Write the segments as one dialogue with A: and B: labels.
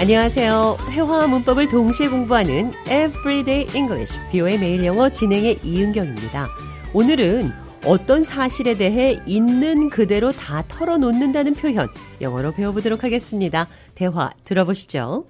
A: 안녕하세요. 회화와 문법을 동시에 공부하는 Everyday English, 비오의 매일 영어 진행의 이은경입니다. 오늘은 어떤 사실에 대해 있는 그대로 다 털어놓는다는 표현, 영어로 배워보도록 하겠습니다. 대화 들어보시죠.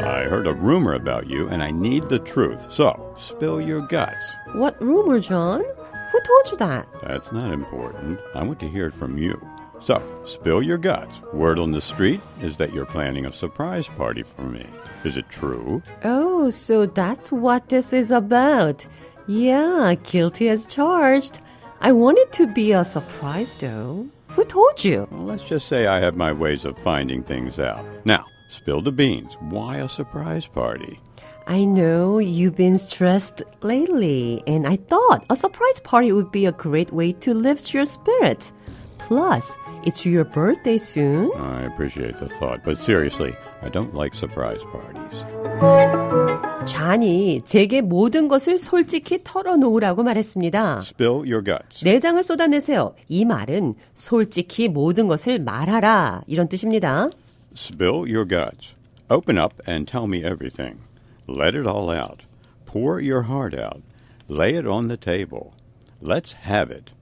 B: I heard a rumor about you and I need the truth. So, spill your guts.
A: What rumor, John? Who told you that?
B: That's not important. I want to hear it from you. So, spill your guts. Word on the street is that you're planning a surprise party for me. Is it true?
A: Oh, so that's what this is about. Yeah, guilty as charged. I want it to be a surprise, though. Who told you?
B: Well, let's just say I have my ways of finding things out. Now, spill the beans. Why a surprise party?
A: I know you've been stressed lately, and I thought a surprise party would be a great way to lift your spirits. Plus, it's your birthday soon.
B: I appreciate the thought, but seriously, I don't like surprise parties.
A: 잔이 제게 모든 것을 솔직히 털어놓으라고 말했습니다. 네
B: Spill your guts.
A: 내장을 쏟아내세요. 이 말은 솔직히 모든 것을 말하라 이런 뜻입니다.
B: Spill your guts. Open up and tell me everything. Let it all out. Pour your heart out. Lay it on the table. Let's have it.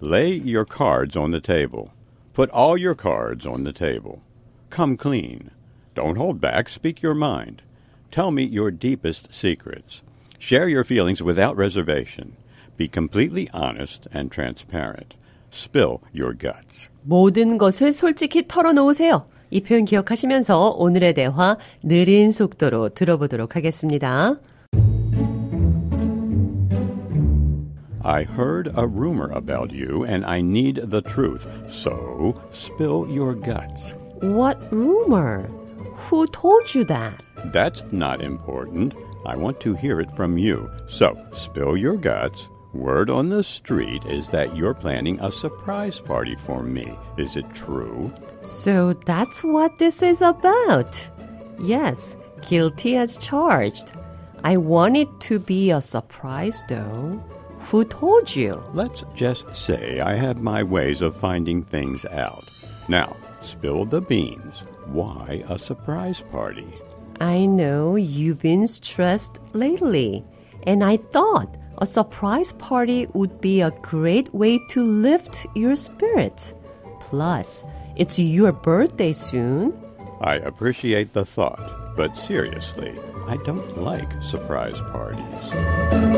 B: Lay your cards on the table. Put all your cards on the table. Come clean. Don't hold back. Speak your mind. Tell me your deepest secrets. Share your feelings without reservation. Be completely honest and transparent. Spill your guts.
A: 모든 것을 솔직히 털어놓으세요. 이 표현 기억하시면서 오늘의 대화 느린 속도로 들어보도록 하겠습니다.
B: I heard a rumor about you, and I need the truth. So, spill your guts.
A: What rumor? Who told you that?
B: That's not important. I want to hear it from you. So, spill your guts. Word on the street is that you're planning a surprise party for me. Is it true?
A: So that's what this is about. Yes, guilty as charged. I want it to be a surprise though. Who told you?
B: Let's just say I have my ways of finding things out. Now, spill the beans. Why a surprise party?
A: I know you've been stressed lately, and I thought a surprise party would be a great way to lift your spirits. Plus, it's your birthday soon.
B: I appreciate the thought, but seriously, I don't like surprise parties.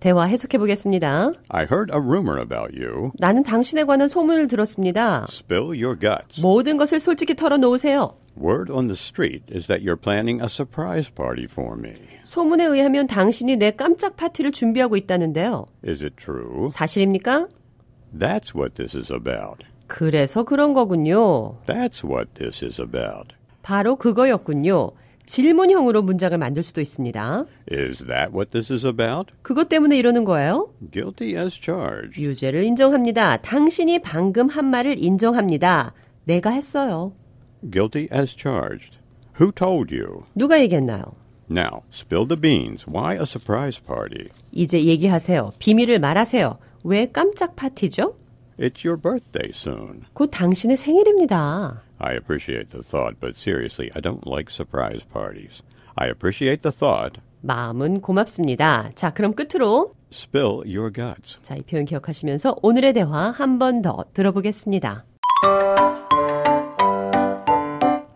A: 대화 해석해 보겠습니다.
B: I heard a rumor about you.
A: 나는 당신에 관한 소문을 들었습니다.
B: Spill your guts.
A: 모든 것을 솔직히 털어놓으세요.
B: Word on the street is that you're planning a surprise party for me.
A: 소문에 의하면 당신이 내 깜짝 파티를 준비하고 있다는데요.
B: Is it true?
A: 사실입니까?
B: That's what this is about.
A: 그래서 그런 거군요.
B: That's what this is about.
A: 바로 그거였군요. 질문형으로 문장을 만들 수도 있습니다.
B: Is that what this is about?
A: 그것 때문에 이러는 거예요?
B: Guilty as charged.
A: 유죄를 인정합니다. 당신이 방금 한 말을 인정합니다. 내가 했어요.
B: Guilty as charged. Who told you?
A: 누가 얘기했나요?
B: Now, spill the beans. Why a surprise party?
A: 이제 얘기하세요. 비밀을 말하세요. 왜 깜짝 파티죠?
B: It's your birthday soon.
A: 곧 당신의 생일입니다.
B: I appreciate the thought, but seriously, I don't like surprise parties. I appreciate the thought.
A: 마음은 고맙습니다. 자, 그럼 끝으로
B: Spill your guts.
A: 자, 이 표현 기억하시면서 오늘의 대화 한 번 더 들어보겠습니다.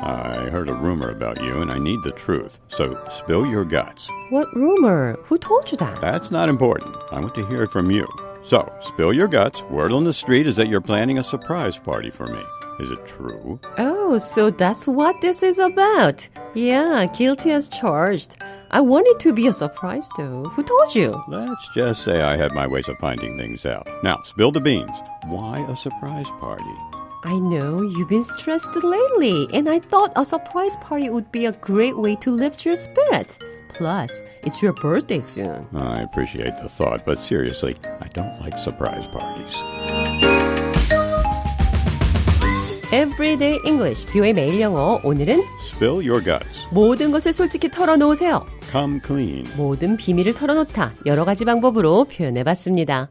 B: I heard a rumor about you and I need the truth. So spill your guts.
A: What rumor? Who told you that?
B: That's not important. I want to hear it from you. So, spill your guts. Word on the street is that you're planning a surprise party for me. Is it true?
A: Oh, so that's what this is about. Yeah, guilty as charged. I want it to be a surprise though. Who told you?
B: Let's just say I have my ways of finding things out. Now, spill the beans. Why a surprise party?
A: I know you've been stressed lately, and I thought a surprise party would be a great way to lift your spirits. Plus, it's your birthday soon.
B: I appreciate the thought, but seriously, I don't like surprise parties.
A: Everyday English, 뷰의 매일 영어. 오늘은
B: Spill your guts.
A: 모든 것을 솔직히 털어놓으세요.
B: Come clean.
A: 모든 비밀을 털어놓다 여러 가지 방법으로 표현해봤습니다.